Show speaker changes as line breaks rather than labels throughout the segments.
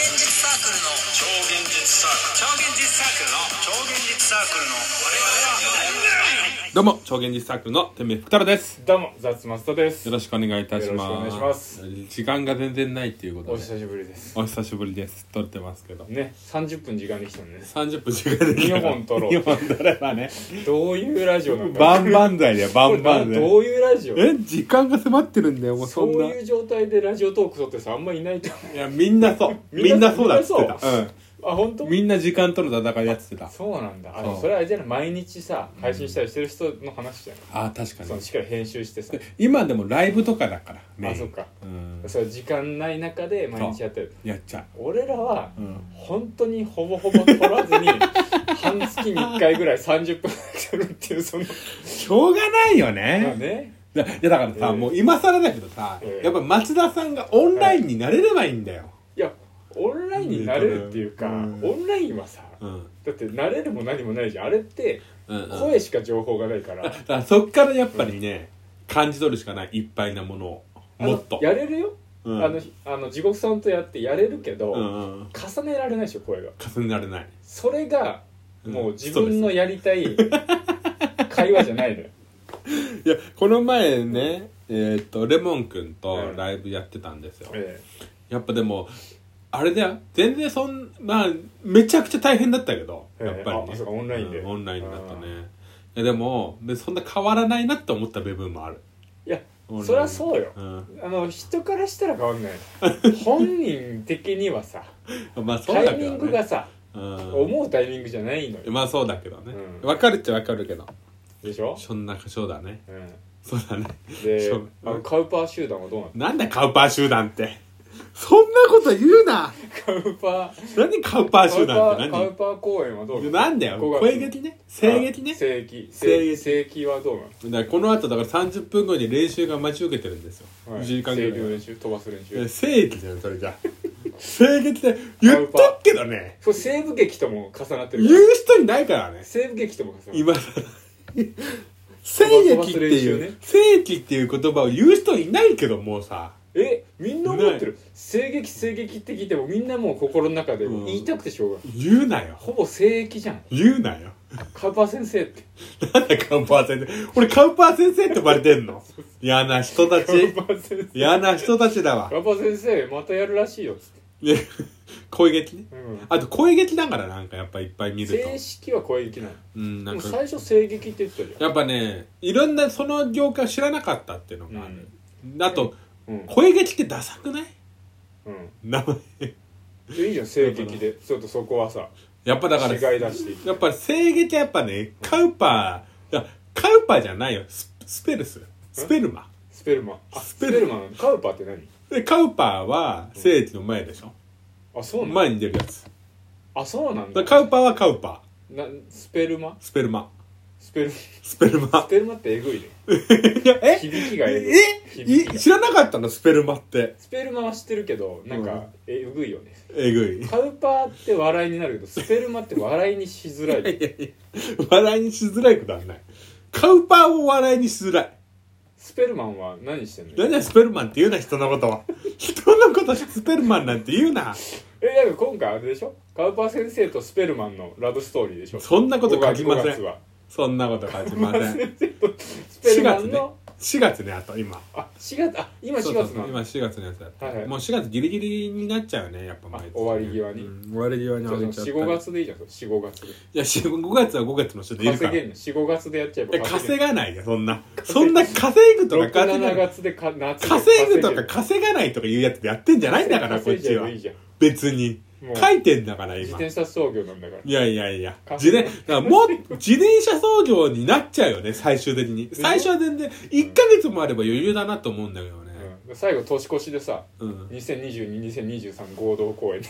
クルの超現実サークル超現実サークルの超現実サークルの我々は
どうも超現実サークルの天命福太郎です
どうも、ザッツマストです。
よろしくお願いいたします
よろしくお願いします
時間が全然ないっていうこと
お
で
久しぶりです。
お久しぶりです撮ってますけど
ね、30分時間できたんです。
30分時間で
二本撮ろう
2本撮ればね
どういうラジオなの
バンバン剤だよバンバン
どう
剤
いうラジオ
え時間が迫ってるんだよもうそ
そうん
ない
いう状態でラジオトーク撮ってさ、あんまいないと思
やみんなそうみ
み
ん
ん
な
な
そうだっつって
みんなそ
たう
う。あ、本当
んみんな時間との戦いやってた
そうなんだ。あ、
そう
でもそれはあれじゃない毎日さ、配信したりしてる人の話じゃない
あー確か
その、
に
しっかり編集してさ。
今でもライブとかだからメイン
あ、そっか。
うん
そう、時間ない中で毎日やってる。
やっちゃ
俺らは
う、うん
本当にほぼほぼ撮らずに、半月に1回ぐらい30分撮るっていう、その、
しょうがないよね
まあね。
いやいやだからさ、
ええ
もう今更だけどさ、
ええ
やっぱ松田さんがオンラインになれればいいんだよ、
いやオンラインになれるっていうか、
うん
オンラインはさ
うん
だって慣れるも何もないじゃんあれって
うんうん
声しか情報がないから、
だからそっからやっぱりね、感じ取るしかないいっぱいなものを
あの
もっと
やれるよ、
うん、
あのひあの地獄さんとやってやれるけど、
うんうん
重ねられないでしょ声が
重ねられない
それが
うん
もう自分のやりたい会話じゃな いのよ
いやこの前ねえーっとレモン君と
ええ
ライブやってたんですよ、
え
やっぱでもあれだよ全然そんまあめちゃくちゃ大変だったけど
ええ
やっぱりね、
あそうかオンラインで
うんオンラインだったねいやでもでそんな変わらないなって思った部分もある
えいや
オンライン
そりゃそうよ
うん
あの人からしたら変わんない の本人的にはさ
まあそう
タ
だ
イ
け
ミ
ど
ングが
ね、
さ、
う
思うタイミングじゃないのよ
ん、まあそうだけどね
うん
わ、かるっちゃわかるけど
でしょ、
そんなそうだね
うん、
そうだね
で
そう
あのカウパー集団はどうなの
なんだカウパー集団ってそんなこと言うな
カウパ
何カウパー
ーカ
集
ウパ
団っ
ー
て
カウ
何
パー公演はどうなの
なんだよ
五月
声劇ね声劇ね
あ声劇
声劇
声声劇はどうなの
だからこの後だから30分後に練習が待ち受けてるんですよ、
はい
1時間ぐ
声劇
ら
の
い
練習飛ばす練
いや
習
正義じゃんそれ じゃ正義って言っとくけどね
そう西部劇とも重なって
言
る
う
から
人にないからね
西部劇とも重なってる
今さ正義ってい
飛ばす練習
う
ね
正義っていう言葉を言う人いないけどもうさ
えみんな思ってる声劇声劇って聞いてもみんなもう心の中で
うん
言いたくてしょうがない
言うなよ
ほぼ声劇じゃん
言うなよ
カウパー先生って
なんだカウパー先生俺カウパー先生って呼ばれてんの嫌な人た
カウ
ち
パー先生
嫌な人たちだわ
カウパー先生またやるらしいよっつって
ね声劇ね
うん
あと声劇だからなんかやっぱいっぱい見ると
正式は声劇なの
うん
で
なん
も
か
最初声劇って言ってたじゃん
やっぱねいろんなその業界を知らなかったっていうのがある、あと
うん
声劇ってダサくない
うん
名前
いいじゃん声劇でちょっとそこはさ
やっぱだから
違い出してい
やっぱ声劇はやっぱねカウパーいやカウパーじゃないよススペルススペルマ
スペルマンあ
ス
ス
ペ
ペ
ル
ルマンカウパーって何
でカウパーは聖地の前でしょ
あそうなん
前に出るやつ
あそうなんだ
だからカウパーはカウパ
なスペルマ
ースペルマ
スペルス
スペルマ
ペルマってえぐいね
いやえ
響きがえぐい
え
響き
い知らなかったのスペルマって
スペルマは知ってるけどなん
う
か
ん
えぐいよね
えぐい
カウパーって笑いになる けどスペルマって笑いにしづらい
いやいや笑いにしづらいことはないカウパーを笑いにしづらい
スペルマンは何してんの
何だよスペルマンって言うな人のことは人のことスペルマンなんて言うな
えだから今回あれでしょカウパー先生とスペルマンのラブストーリーでしょ
そんなこと書きま
五
せ
月
ん
は
そんなこと書きません4
先生とスペルマ
月
ン
ね
の
4月ねあと今
あ4月あ今
そ
4
うそう
月
そう
なの
今4月のやつだった、
はいはい
もう4月ギリギリになっちゃうねやっぱ毎月、ね、
あ終わり際に
うん終わり際に上げちゃったり
45月でいいじゃん45月で
いや5月は5月の人でいるか
稼
ら
げんの45月でやっちゃえ
い
ば
や
稼
稼
げん
がないよそんなそんな稼ぐとか稼が
67
ない
月でか夏で
稼ぐと
稼げ
か
る
稼がないとかいうやつでやってんじゃないんだからこっ
稼い
ち
じゃえ
は
ばいいじゃん
別に
もう
書いてんだから
自
今
転車操業なんだから
いやいやいや自
稼ぐ
転だからもう自転車操業になっちゃうよね最終的に
しょ
最初は全然1ヶ月もあれば余裕だなと思うんだけどね
うん最後年越しでさ
うん、
20222023合同公演で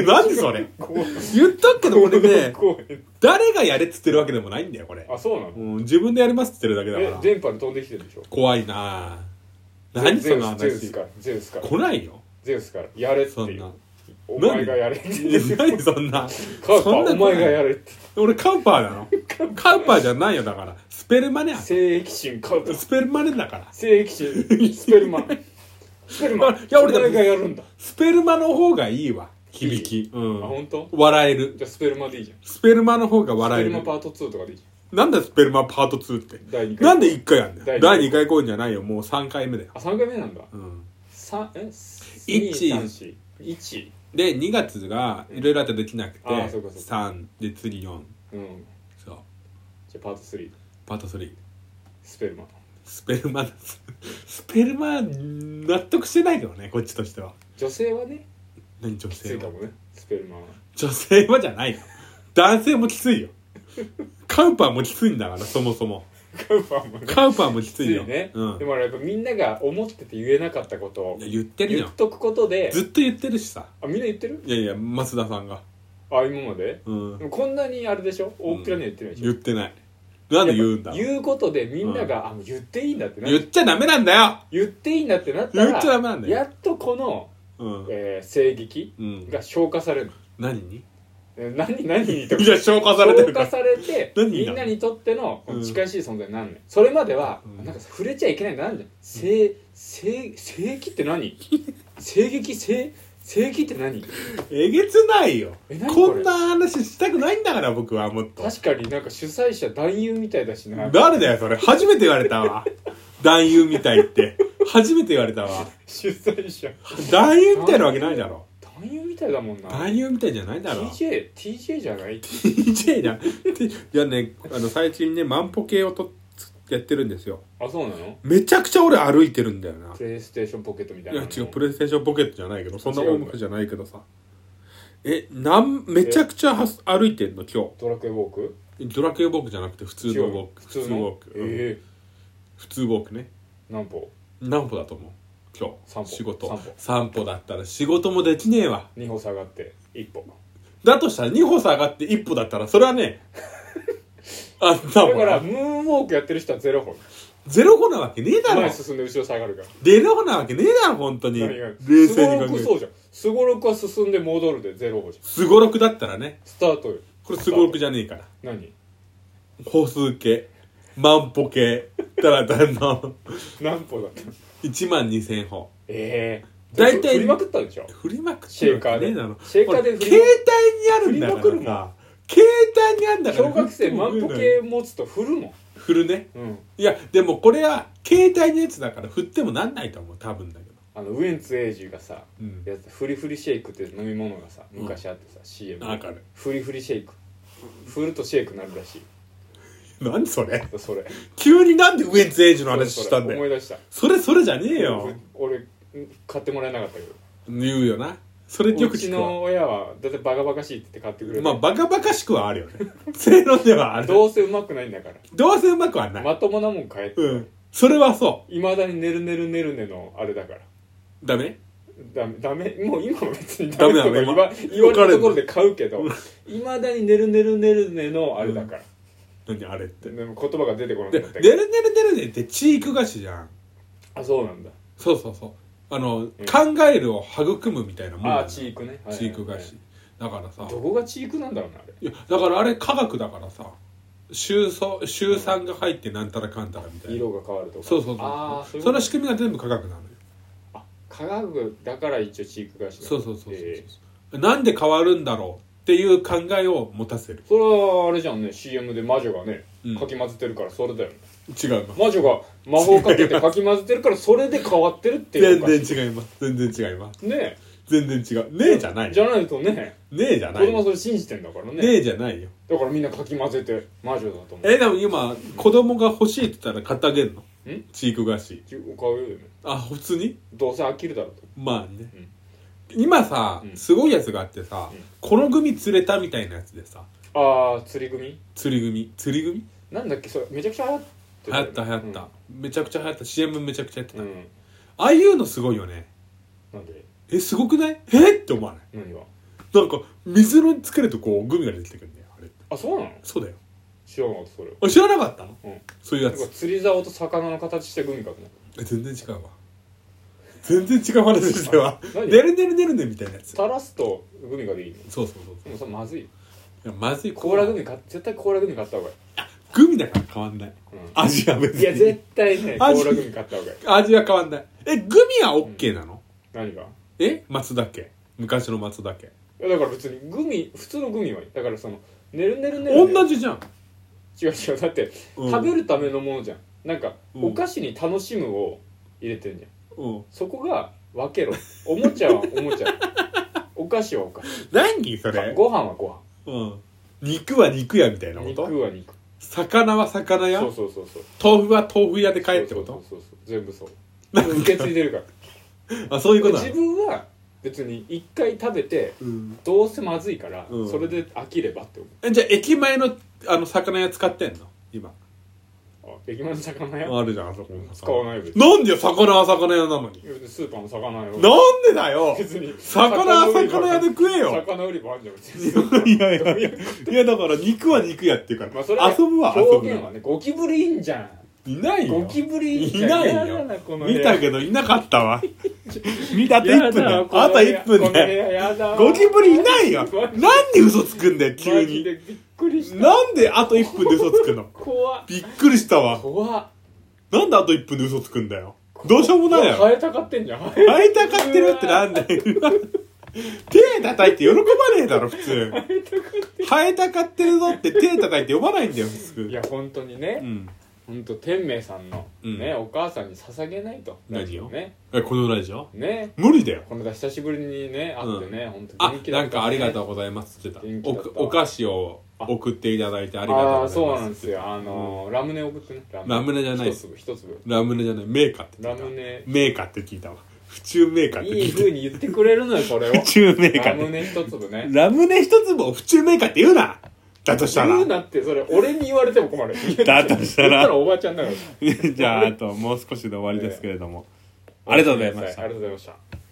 いや 何それ
合同
言ったけど俺ね
公演
誰がやれっつってるわけでもないんだよこれ、
あそうなの
うん、自分でやりますっつってるだけだ
え
から
電波に飛んできてるでしょ
怖いなぁ何
ゼ
そ
ウ
の
スゼウス
話
からゼウスから
来ないよ
ゼウスからやれって
そ
い
ん な
うお前がやれって
いや何そ んな
カウパ
そんな
ーお前がやれって
俺カウパーなのカウパーじゃないよだからスペルマネ
聖域神カウパー
スペルマネだから
聖域神スペルマンスペルマン
いや俺だ
お前がやるんだ
スペルマの方がいいわ響き。う
あ
ん。
本当？
笑える。
じゃあスペルマでいいじゃん
スペルマの方が
スペ
笑え
ルマ
る。
パート2とかでいいじ
なんだスペルマパート2って
ゃ。ん第2回
なんで1回やんだよ。第
第
2
二
回公演じゃないよ。もう3回目だよ。
あ3回目なんだ
うん。
三え
一
1 1
で、2月がいろいろあってできなくて、
あーそうかそう
3、で、次4。
うん
そう。
じゃあパート3
パート3。
スペルマ
スペルマだ。 スペルマ、納得してないけどね、こっちとしては。
女性はね
何女
きつ
性
いか
は
もねスペルマは
女性はじゃないよ。男性もきついよ。カウパーもきついんだから、そもそも。
カウパーもね
カウパーもきつ
きつ
い
い
よ。
ね
うん
で。もあれやっぱみんなが思ってて言えなかったことを
いや言ってる
言
よ
っ。とくことで
ずっと言ってるしさ。
あみんな言ってる
いやいや、増田さんが。
あ今まで
うん
で。もこんなにあれでしょ大っぴらには言ってないでし
言
ょ
ってない。なんで言うんだ
やっぱ言うことでみんなが、あもう言っていいんだってな
言っちゃダメなんだよ
言っていいんだってなったら
言っちゃダメなんだよ
やっとこの、
うん。
えー、声撃
うん。
が消化される
何に
えー何何にとか
いや、消化されて
消
るか
化
ら。
されて
何
みんなにとっての
うん
近しい存在になるのよそれまでは、
うん
なんか触れちゃいけないんだなんじゃん性性性器って何性撃性性器って何
えげつないよ
え何。こ
こ
れ
んな話したくないんだから、僕はもっと。
確かになんか主催者男優みたいだしな
誰だよ、それ。初めて言われたわ。男優みたいって。初めて言われたわ。
主催者
男優みたいなわけないだろ。
男優みたいだもんな
男優みたいじゃないだ ろ。
TJ, TJ じゃない
DJ じゃん。T- いやね、あの、最近ね、マンポケをとっやってるんですよ。
あそうなの
めちゃくちゃ俺歩いてるんだよな。
プレイステーションポケットみたい
い
な
や
の
違うプレイステーションポケットじゃないけどそんな大昔じゃないけどさえなんめちゃくちゃはす歩いてんの今
ドラクエウォーク
日ドラクエウォークじゃなくて普通のウォーク普
普通
通
の
ウォーク、うん
え
普通ウォークね
え何歩
何歩だと思う今日
散歩
仕事
散歩
散歩だったら仕事もできねえわ
2歩下がって1歩
だとしたら2歩下がって1歩だったらそれは ねあんな
だ
もん
からムーンウォークやってる人は0歩
ゼロ歩なわけねえだろ
前進んで後ろ下がるから
ゼロ歩なわけねえだろ本当に
何が
冷静に
スゴロ
考
ク
え
そ
る
うじゃんスゴロクは進んで戻るで0歩じゃん
すごろくだったらね
スタートよ
これすごろくじゃねえから
何
歩数計万歩計たらだんの
何歩だった
1万2000歩
ええ
大体
振りまくったでしょ
振りまくって
シェーカーで
ねえだろ
シェーカーで
俺
振り
携帯にあるんだ
振り
から
ま
さ携帯にあるんだから
小学生万歩計持つと振るもん
振るね
うん
いやでもこれは携帯のやつだから振ってもなんないと思う多分だけど
あのウエンツエイジがさ、
うん
やつフリフリシェイクって飲み物がさ
うん
昔あってさ、CM
わかる
フリフリシェイク振るとシェイクになるらしい
何それ
それ
急になんでウエンツエイジの話したんだ
思
よ
い出した
それそれじゃねえよ
俺ん買ってもらえなかったけど
言うよなそれよ
う
く
ち
聞くわ
の親はだってバカバカしいって言って買ってくれる、
まあバカバカしくはあるよね 正論ではある
どうせうまくないんだか
どうせうまくはな
ら
い
まともなもん買えって
うんそれはそ
いまだに「ねるねるねるね」のあれだから
うダメ
ダメダメもう今は別に
ダ
ダ
メ
メ
な
と
の
か言わ言われ
わかる
るところで買うけどいまだに「ねるねるねるね」のあれだから、
何あれって
でも言葉が出てこな
で、
くな
ね
った
る
け
ね
ど
るねるねって知育菓子じゃん。
あそうなんだ
そうそうそう。あの、考えるを育むみたいなもん
あ
な
あ
の。
チークね、はい
知育菓子。だからさ、
どこがチークなんだろうなあれ
いや、だからあれ科学だからさ、週そ週3が入ってなんたらかんたらみたいな。
色が変わるとか
そうそう
ああ
そ。
そうう
その
し
仕組みが全部科学なのよ。
科学だから一応チークがし
そうそうそうそう
え
そう。なんで変わるんだろうっていう考えを持たせる
ー。それはあれじゃんね CM で魔女がね、
うん
かき混ぜてるからそれだよね
違うの。
魔女が魔法かけてかき混ぜてるからそれで変わってるってい
全
うか
然違います。全然違います。
ね
全然違う。ねえじゃない
じ
よ。
ゃないとね
ねえじゃ
子
ない
供は
よ。
それ信じてんだからね
ねえじゃないよ。
だからみんなかき混ぜて魔女だと思う
えでも今子供が欲しいって言ったら買ってあげるの
ん
チーク菓子
買うよね
あ普通に
どうせ飽きるだろうと
まあね、今さ
うん
すごいやつがあってさ、
うん
この組釣れたみたいなやつでさ
ああ釣り組
釣り組釣り組
なんだっけそれめちゃくちゃ流行っ
流
て
行
よ
っ
ね
た流行った、めちゃくちゃ流行った CM めちゃくちゃやって
う
た、
ん、
あ
うん
あいうのすごいよね
なんで
えすごくないえって思わない
何が
なんか水につけるとこうグミが出てくるんだよあれ
あそうなの
そうだよ
知らなかったそれ
あ知らなかったの
うん
そういうや
なんか
つ
釣り竿と魚の形してグミかと思っ
え全然違うわ全然違う話してわ
何
ねるねるねるねみたいなやつ
た垂らすとグミがでいいの
そうそうそうそう
でもそれまずい
いやまずい
コーラグミ買っ絶対コーラグミ買った方がい
グミだから変わんない
い、うん
味は別に
いや絶対ねコ
マジ
ーラグミ買った方がいい
味は変わんないえグミは OK なの、
何が
え松田家昔の松田家
やだから別にグミ普通のグミはいいだからそのねるねるねるね
同じじゃん、
違う違うだって
うん、
食べるためのものじゃんなんか
うん
お菓子に楽しむを入れてんじゃん
うん
そこが分けろお もちゃはおもちゃお菓子はお菓子
何それ、
ご飯はご
うん、肉は肉屋みたいな
飯
こと
肉は肉
魚は魚屋
そうそうそうそう
豆腐は豆腐屋で買えってこと
そうそうそう全部そう受け継いでるから
あそういうことな
自
の、
分は別に一回食べて
うん、
どうせまずいから、
うん
それで飽きればって思
えじゃあ駅前のあの魚屋使ってんの今
うあ駅前の魚屋
あるじゃんあそこの
使わ
い
ない別に
なんで魚は魚屋なのに
別にスーパーの魚屋
なんでだよ
別に
魚は魚屋で食えよ
魚売り場あるじゃん別に
いやいやいやだから肉は肉やっていうから、
まあそれはね
遊ぶは遊ぶ
表現
な
はねゴキブリいいんじゃん
いないよ
ゴキブリ
いないよ
やだなこの部屋
見たけどいなかった わ見たあと
やだ
1分だよ
この
あと
部屋
1分
この部
だよ
屋やだ
ゴキブリいないよ
マジ
なんで嘘つくんだよ急
マジ
に
でびっくりした
なんであと1分で嘘つくの
怖っ
びっくりしたわ
怖っ
なんであと1分で嘘つくんだよどうしようもないやろ
生えたかってんじゃん生え
会いたかってるってなんだよ 手叩いて喜ばねえだろ普通
たかっ
生えたかってるぞって手叩いて呼ばないんだよ普
てい
通
や本当にね、
うん
ほんと天明さんの、
うん
ねお母さんに捧げないと
何を
ね
えこのラジオ
ね
無理だよ
この間久しぶりにね会ってね、ほん、本当
あ
元気だ
な
った、ね、
んかありがと
う
うございますって言
元
って
気だ
た
った
おお菓子を送っていただいてありがと
あ
う
あ
ご
ー
ざい
そう
ます
なんですよあのーラムネ送ってねラ
ラムネじゃないです
一粒一粒
ラムネじゃないメーカーって聞
ラ
いた
ムネ
メーカーって聞いたわ府中メーカーって
いい
聞い
風に言ってくれるのよこれ を
た府中メーカー
ラム
って
ネ一粒ね
ラムネ一粒を府中メーカーって言うなだとしたら
言うなってそれ俺に言われても困る
だとしたら
言ったらおばちゃんだから
じゃああともう少しで終わりですけれども、ありがとうございました
ありがとうございました